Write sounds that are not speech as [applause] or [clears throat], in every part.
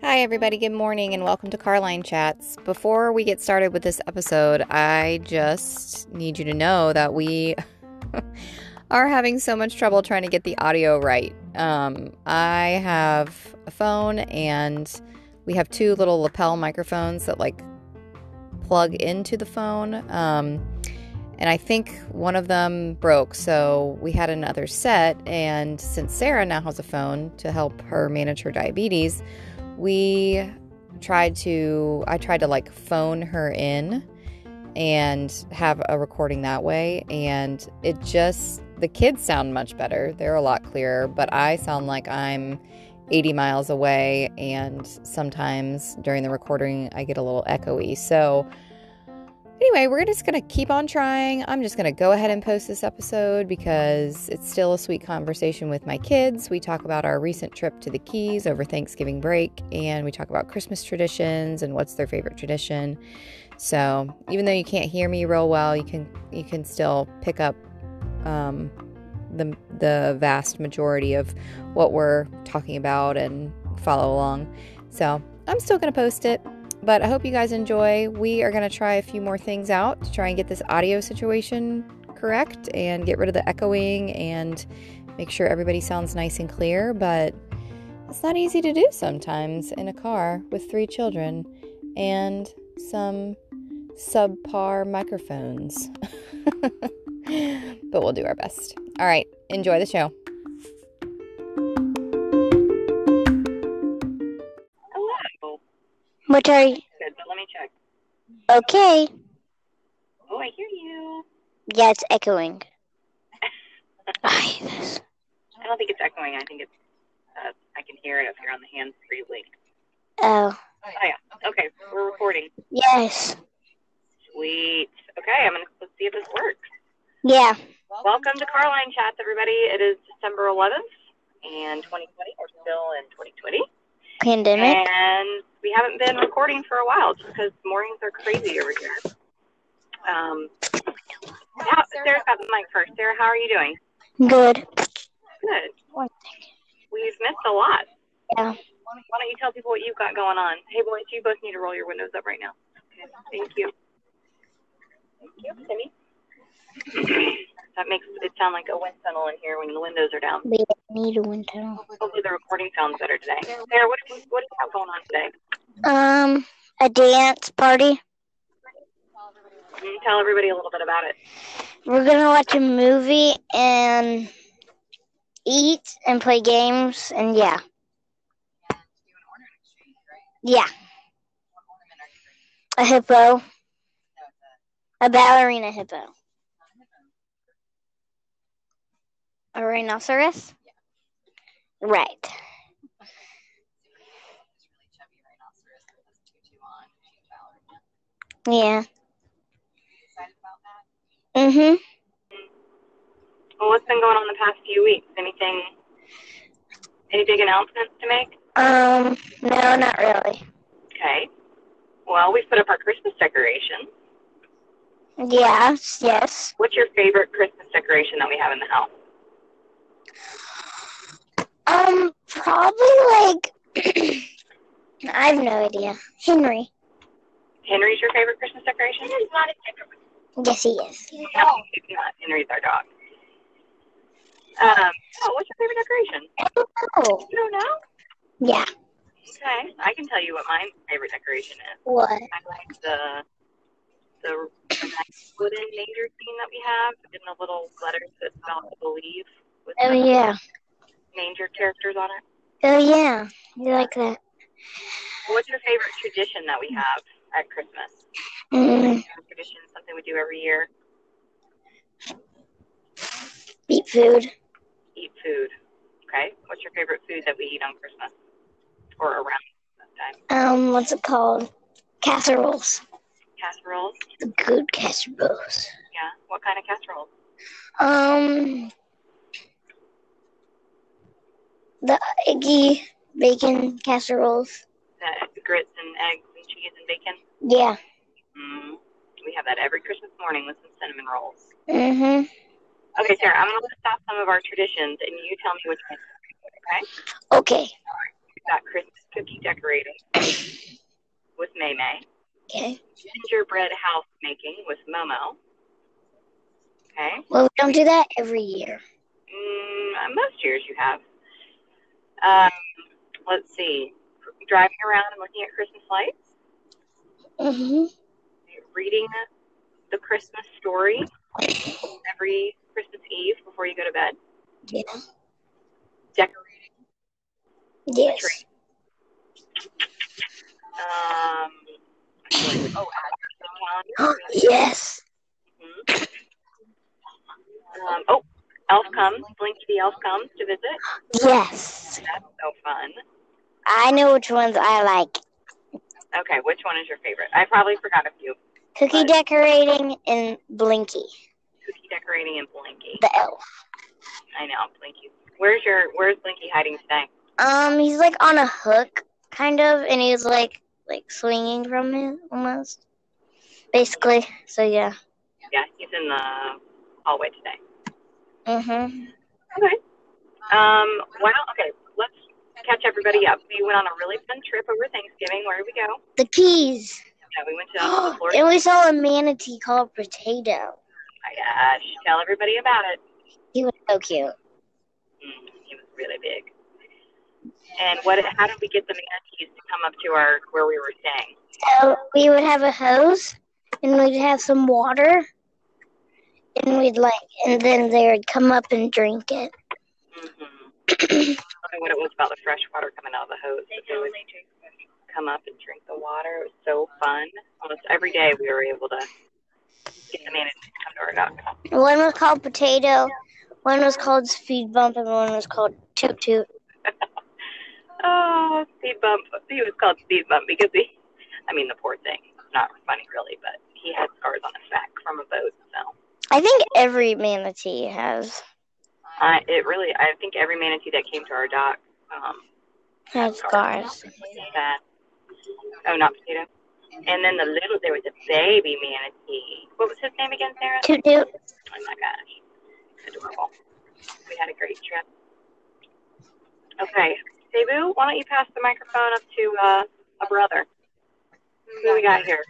Hi, everybody. Good morning and welcome to Carline Chats. Before we get started with this episode, I just need you to know that we [laughs] are having so much trouble trying to get the audio right. Um, I have a phone and we have two little lapel microphones that like plug into the phone. Um, and I think one of them broke, so we had another set. And since Sarah now has a phone to help her manage her diabetes, we tried to I tried to like phone her in and have a recording that way and it just the kids sound much better. They're a lot clearer, but I sound like I'm 80 miles away and sometimes during the recording I get a little echoey. So anyway, we're just going to keep on trying. I'm just going to go ahead and post this episode because it's still a sweet conversation with my kids. We talk about our recent trip to the Keys over Thanksgiving break and we talk about Christmas traditions and what's their favorite tradition. So, even though you can't hear me real well, you can you can still pick up um, the the vast majority of what we're talking about and follow along. So, I'm still going to post it but I hope you guys enjoy. We are going to try a few more things out to try and get this audio situation correct and get rid of the echoing and make sure everybody sounds nice and clear. But it's not easy to do sometimes in a car with three children and some subpar microphones. [laughs] but we'll do our best. All right, enjoy the show. What are you? Oh, Good, but let me check. Okay. Oh, I hear you. Yeah, it's echoing. Ay, this- I don't think it's echoing. I think it's. Uh, I can hear it up here on the hands-free link. oh, Oh yeah. Okay, we're recording. yes. Sweet. Okay, I'm gonna let's see if this works. Yeah. Welcome to Carline Chats, everybody. It is December 11th and 2020. We're still in 2020, Pandemic. and we haven't been recording for a while just because mornings are crazy over here. Um. How, Sarah's got the mic first. Sarah, how are you doing? Good. Good. We've missed a lot. Yeah. Why don't- why don't you tell people what you've got going on? Hey, boys, you both need to roll your windows up right now. Okay, Thank you. Thank you, Timmy. [clears throat] That makes it sound like a wind tunnel in here when the windows are down. We need a window. Hopefully, the recording sounds better today. Sarah, what do you, what do you have going on today? Um, a dance party. Can you tell everybody a little bit about it? We're gonna watch a movie and eat and play games and yeah. Yeah. A hippo. A ballerina hippo. A rhinoceros? Right. Yeah. Mhm. Well, what's been going on the past few weeks? Anything? Any big announcements to make? Um, no, not really. Okay. Well, we've put up our Christmas decorations. Yes, yes. What's your favorite Christmas decoration that we have in the house? Um, probably like [clears throat] I have no idea. Henry. Henry's your favorite Christmas decoration? not Yes, he is. No, it's not. Henry's our dog. Um, oh, what's your favorite decoration? Oh, You don't know? yeah. Okay, I can tell you what my favorite decoration is. What? I like the the, the nice wooden nature scene that we have, and the little letters that spell believe with Oh, the yeah. manger characters on it. Oh, yeah. You like that? What's your favorite tradition that we have at Christmas? Mm, Tradition, something we do every year. eat food. eat food. Okay, what's your favorite food that we eat on Christmas or around Christmas time? Um, what's it called? Casseroles. Casseroles. Good casseroles. Yeah. What kind of casseroles? Um, the eggy bacon casseroles. The grits and eggs and cheese and bacon. Yeah. Mm-hmm. Mm. We have that every Christmas morning with some cinnamon rolls. Mhm. Okay, Okay, Sarah, I'm going to list off some of our traditions, and you tell me which one. Okay. We've got Christmas cookie decorating with May May, Okay. gingerbread house making with Momo. Okay. Well, we don't do that every year. Mm, most years you have. Um, let's see. Driving around and looking at Christmas lights, Mm-hmm. reading the Christmas story every Christmas Eve before you go to bed, Yeah. decorating. Yes. Um, oh, add your own calendar. yes. Um, oh, Elf comes. Blinky the Elf comes to visit. Yes. That's so fun. I know which ones I like. Okay, which one is your favorite? I probably forgot a few. Cookie decorating and Blinky, Cookie decorating and Blinky. the elf. I know Blinky. Where's your Where's Blinky hiding today? Um, he's like on a hook, kind of, and he's like like swinging from it almost, basically. So yeah. Yeah, he's in the hallway today. Mhm. Okay. Um. Wow. Okay. Let's catch everybody up. We went on a really fun trip over Thanksgiving. Where did we go? The peas. Yeah, we went to [gasps] Florida. and we saw a manatee called Potato. My gosh! Tell everybody about it. He was so cute. Mm, he was really big. And what? How did we get the manatees to come up to our where we were staying? So we would have a hose, and we'd have some water, and we'd like, and then they would come up and drink it. Mm-hmm. I don't know what it was about the fresh water coming out of the hose. They would come up and drink the water. It was so fun. Almost every day we were able to get the manatees to come to our dog house. One was called Potato, one was called Speed Bump, and one was called Toot Toot. Oh, speed bump. He was called speed bump because he, I mean, the poor thing. It's not funny really, but he had scars on his back from a boat. So I think every manatee has I, it really, I think every manatee that came to our dock um, has scars. that. Oh, not potato. And then the little, there was a baby manatee. What was his name again, Sarah? Toot Toot. Oh my gosh. Adorable. We had a great trip. Okay. Cebu, why don't you pass the microphone up to uh, a brother? Who we got here?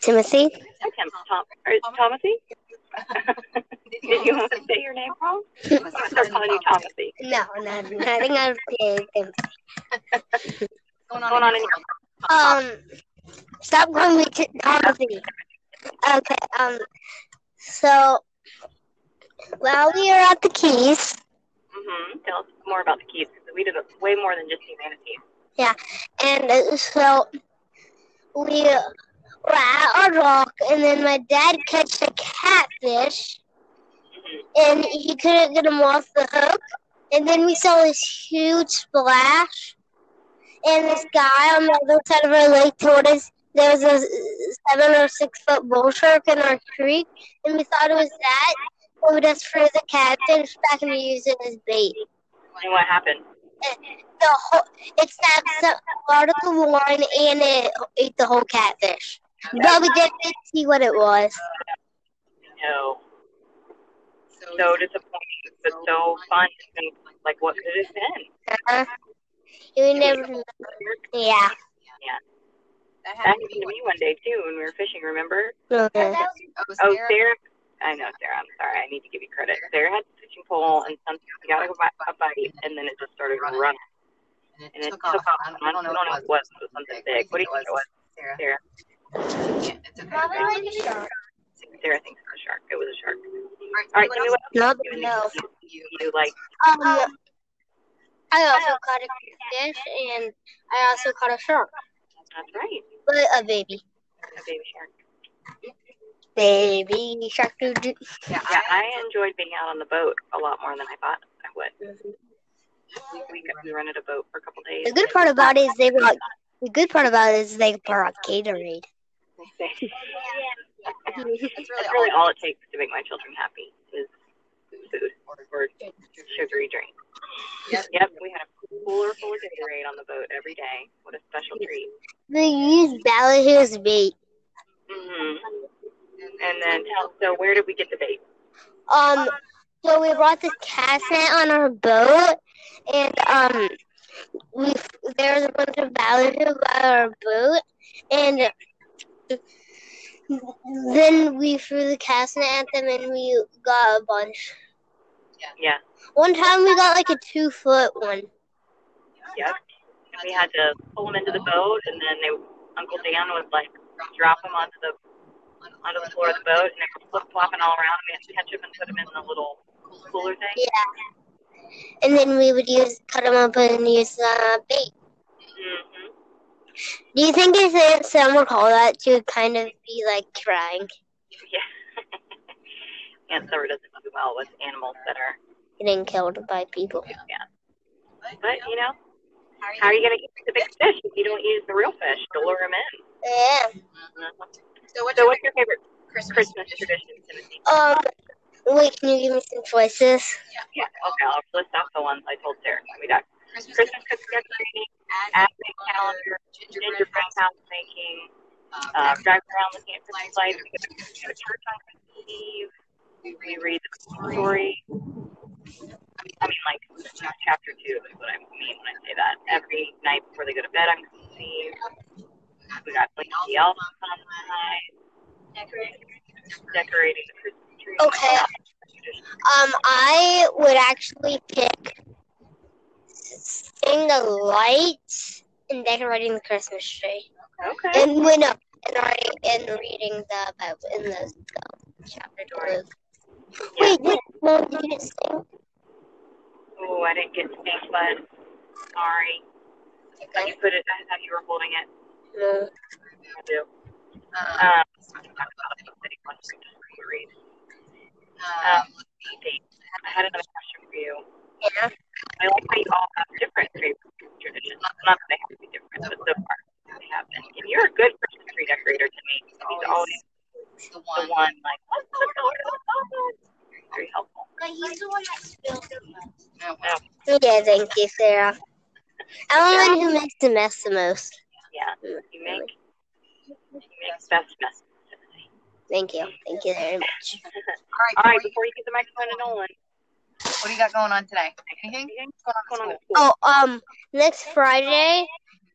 Timothy. That's him. Tom, or is it Thomasy? [laughs] Did you want to say your name wrong? I'm going to start calling you Thomasy. No, no, nothing of anything. What's going on in your Um, stop calling me t- Timothy. Okay. Um. So, while we were at the Keys, mm-hmm. Tell us more about the keys because we did a, way more than just see manatees. and uh, so we were at our rock, and then my dad catched a catfish, Mm-hmm. and he couldn't get him off the hook. And then we saw this huge splash, and this guy on the other side of our lake told us there was a seven or six foot bull shark in our creek, and we thought it was that. So we just threw the catfish back and we used it as bait. And what happened? The whole, it snapped up part of the line and it ate the whole catfish. But we didn't see what it was. No. So disappointing, but so fun to think, like, what could it have been? Uh-huh. You never know. Yeah. That happened to me one day too when we were fishing. Remember? Uh-huh. Oh, Sarah. I know, Sarah. I'm sorry. I need to give you credit. Sarah had the fishing pole, and something we got a, bi- a bite, and then it just started running, And and it took off. I don't, I don't know what it was. It was something big. What do you think it was? Sarah. Sarah. Yeah, it's okay. Sarah thinks it's a shark. It was a shark. All right. Tell me what else No, you, no. you like. Um, I also caught a fish and I also caught a shark, That's right. but a baby, A baby shark. baby shark. doo doo. Yeah, Yeah, I, I enjoyed being out on the boat a lot more than I thought I would. We, we, we rented a boat for a couple days. The [laughs] good part about it is they brought. The good part about it is they brought Gatorade. that's That's really really all. all it takes to make my children happy is food or sugary drink. Yep. Yep, we had a cooler full of Gatorade on the boat every day. What a special treat. They used ballyhoo as bait. Mm-hmm. hmm And then, tell- so where did we get the bait? Um, So we brought this cast net on our boat, and um, we there was a bunch of values by our boat, and then we threw the cast net at them, and we got a bunch. Yeah. One time we got like a two foot one. Yep. And we had to pull them into the boat, and then they, Uncle Dan would like drop them onto the onto the floor of the boat, and they were flip flopping all around. And we had to catch them and put them in the little cooler thing. and then we would use cut them up and use uh, bait. Mm-hmm. Do you think if they- some would call that to kind of be like trying Yeah. Aunt Sarah doesn't do well with animals that are. getting killed by people? But you know, how are you gonna catch the big fish if you don't use the real fish to lure them in? Yeah. So what's So, your what's your favorite Christmas, Christmas tradition? tradition, Timothy? Um. Wait, can you give me some choices? Yeah. Okay, I'll list off the ones I told Sarah. We got Christmas, Christmas cookie decorating, advent advent calendar, calendar, gingerbread gingerbread house, house making, uh, uh, driving around looking at Christmas lights, we go to church on Christmas Eve, we read the Christmas story. I mean, like chapter two is what I mean when I say that. Every night before they go to bed on Christmas Eve, we got Blink the Elf on the night, decorating the Christmas tree. Okay. Um, I would actually pick seeing the lights and decorating the Christmas tree, Okay. and wait, no, and writing and reading the Bible in the um, chapter two. Yeah. Wait, wait, Mom, you didn't sing. Oh, I didn't get to think, but sorry. When you put it, I thought you were holding it. No. I do. Um, um, I um, had another question for you. Yeah. I like how you all have different favorite traditions. Not that they have to be different, but so far they have been. And you're a good Christmas tree decorator to me. He's always the the one. one like "Let's go, let's go, let's go, let's go." very helpful. But he's the one that spilled the No, Yeah, thank you, Sarah. I'm the one who makes the mess the most. Yeah, you make you make the best mess. Thank you. Thank you very much. All All right, right, Corey, before you get the microphone to Nolan, what do you got going on today? Anything? anything What's going on going in on? the school? Oh, um, next Friday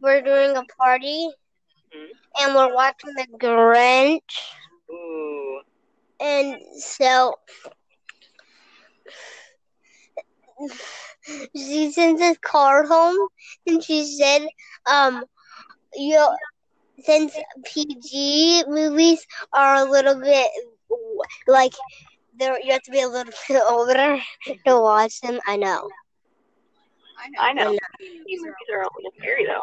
we're doing a party Mhm. and we're watching the Grinch. Oh. Ooh, And so she sent this card home and she said, um, you since PG movies are a little bit like they're, you have to be a little bit [laughs] older to watch them. I know. I know. These movies are a little scary though.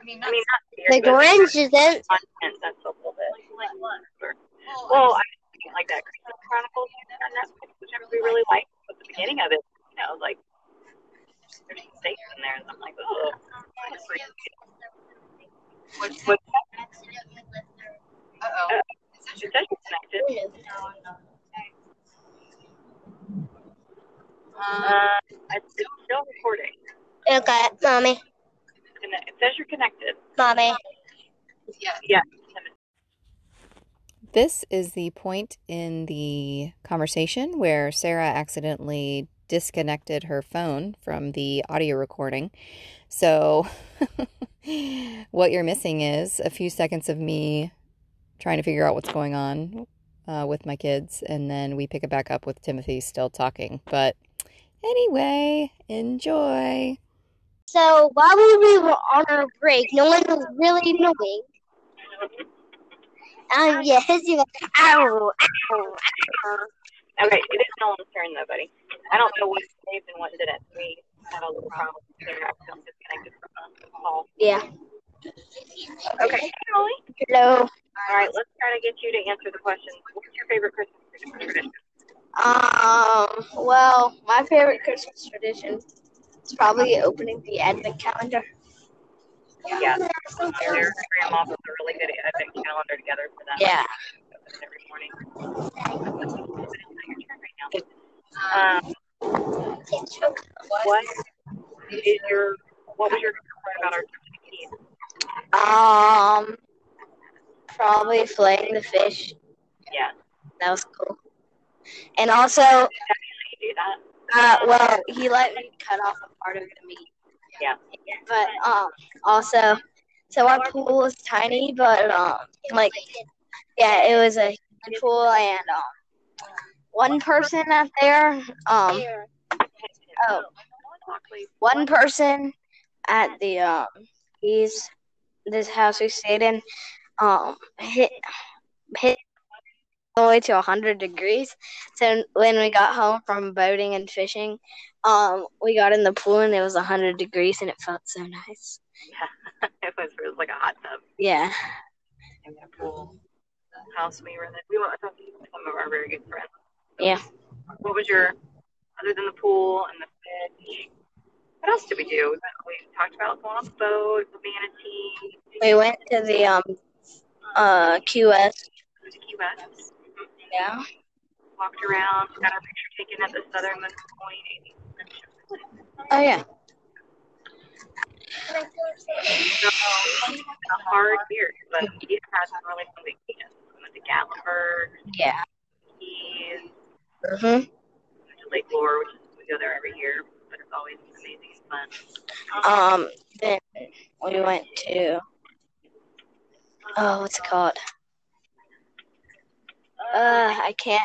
I mean, I mean, not scary, The but Grinch isn't. content that's a little bit. Well, I mean, like that Christmas Chronicles on Netflix, which I really, really liked. But the beginning of it, you know, like there's mistakes in there, and I'm like, oh. what's, But uh-oh. Is that it's your, actually connected. um, Uh, it's it's still recording. Okay, mommy, Conne- It says you're connected. mommy. yeah. This is the point in the conversation where Sarah accidentally disconnected her phone from the audio recording. So, [laughs] what you're missing is a few seconds of me trying to figure out what's going on uh, with my kids, and then we pick it back up with Timothy still talking. But anyway, enjoy. So while we were on our break, no one was really annoying. Um, yes, you go, ow, ow, ow. Okay, it is Nolan's turn though, buddy. I don't know what saved and what didn't. We had a little problem there. I feel disconnected from the call. Yeah. Okay, hey, Nolly. Hello. All right, let's try to get you to answer the question. What's your favorite Christmas tradition? Um, well, my favorite Christmas tradition is probably opening the advent calendar. Yeah, their grandma puts a really good advent calendar together for them. Yeah. Every morning. Um, what is your what was your concern about our team? Um, probably filleting the fish. Yeah. That was cool. And also, How do you do that. Uh, well, he let me cut off a part of the meat. Yeah. But um, also, so our pool was tiny, but um, like, yeah, it was a huge pool, and um, one person out there, um, oh, one person at the um, he's this house we stayed in, um, hit hit all the way to hundred degrees. So when we got home from boating and fishing, um, we got in the pool and it was hundred degrees and it felt so nice. it was it was like a hot tub Yeah. in that pool house we were in. We went with some of our very good friends. Yeah. What was your other than the pool and the fish? What else did we do? We talked about going on the boat, the manatee, We went to the um uh QS. to Key West. Yeah. Walked around, got our picture taken at the southernmost point. Oh yeah. So it's a hard year, but we had some really fun vacations. We went to Gatlinburg, Yeah. Keys, hmm to Lake Lore, which is, we go there every year, but it's always amazing and fun. Um. Then we went to oh, what's it called? Uh, I can't.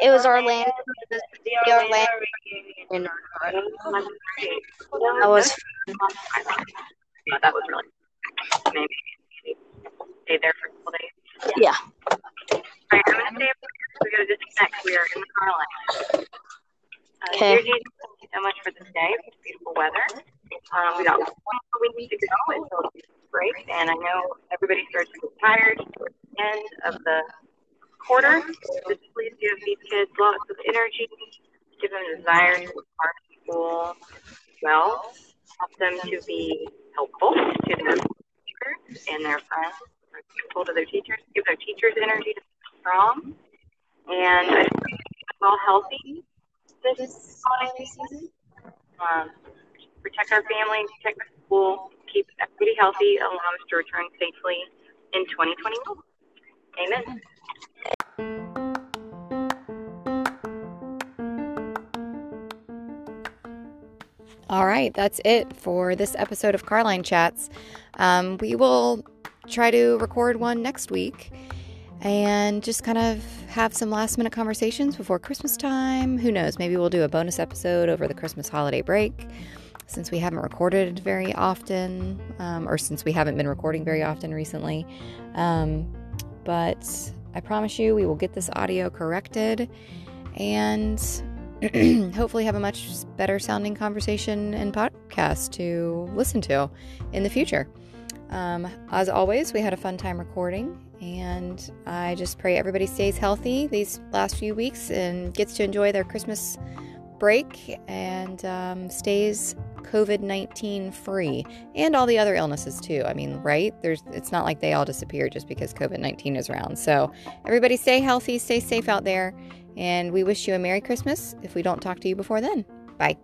It was Orlando. The the Orlando. reunion. I I was Yeah, that was really maybe stay there for a couple days. yeah. All right, I'm gonna stay up here. We gotta disconnect. We are in the car line. Uh, Okay. Dear Jesus, thank you so much for this day. It's beautiful weather. Um, we got one more week to go until break, and I know everybody starts to get tired at the end of the quarter. Just please give these kids lots of energy, give them desire to depart school well, help them to be helpful to their teachers and their friends, or helpful to their teachers, give their teachers energy to be strong, and I just think we're all healthy this holiday season. Um, protect our family, protect the school, keep everybody healthy, allow us to return safely in 2021. Amen. All right, that's it for this episode of Carline Chats. Um, we will try to record one next week and just kind of have some last minute conversations before Christmas time. Who knows? Maybe we'll do a bonus episode over the Christmas holiday break since we haven't recorded very often um, or since we haven't been recording very often recently. Um, but I promise you, we will get this audio corrected and [clears throat] hopefully have a much better sounding conversation and podcast to listen to in the future. Um, as always, we had a fun time recording, and I just pray everybody stays healthy these last few weeks and gets to enjoy their Christmas break and um, stays COVID nineteen free and all the other illnesses too. I mean, right? There's it's not like they all disappear just because COVID nineteen is around. So everybody stay healthy, stay safe out there. And we wish you a Merry Christmas if we don't talk to you before then. Bye.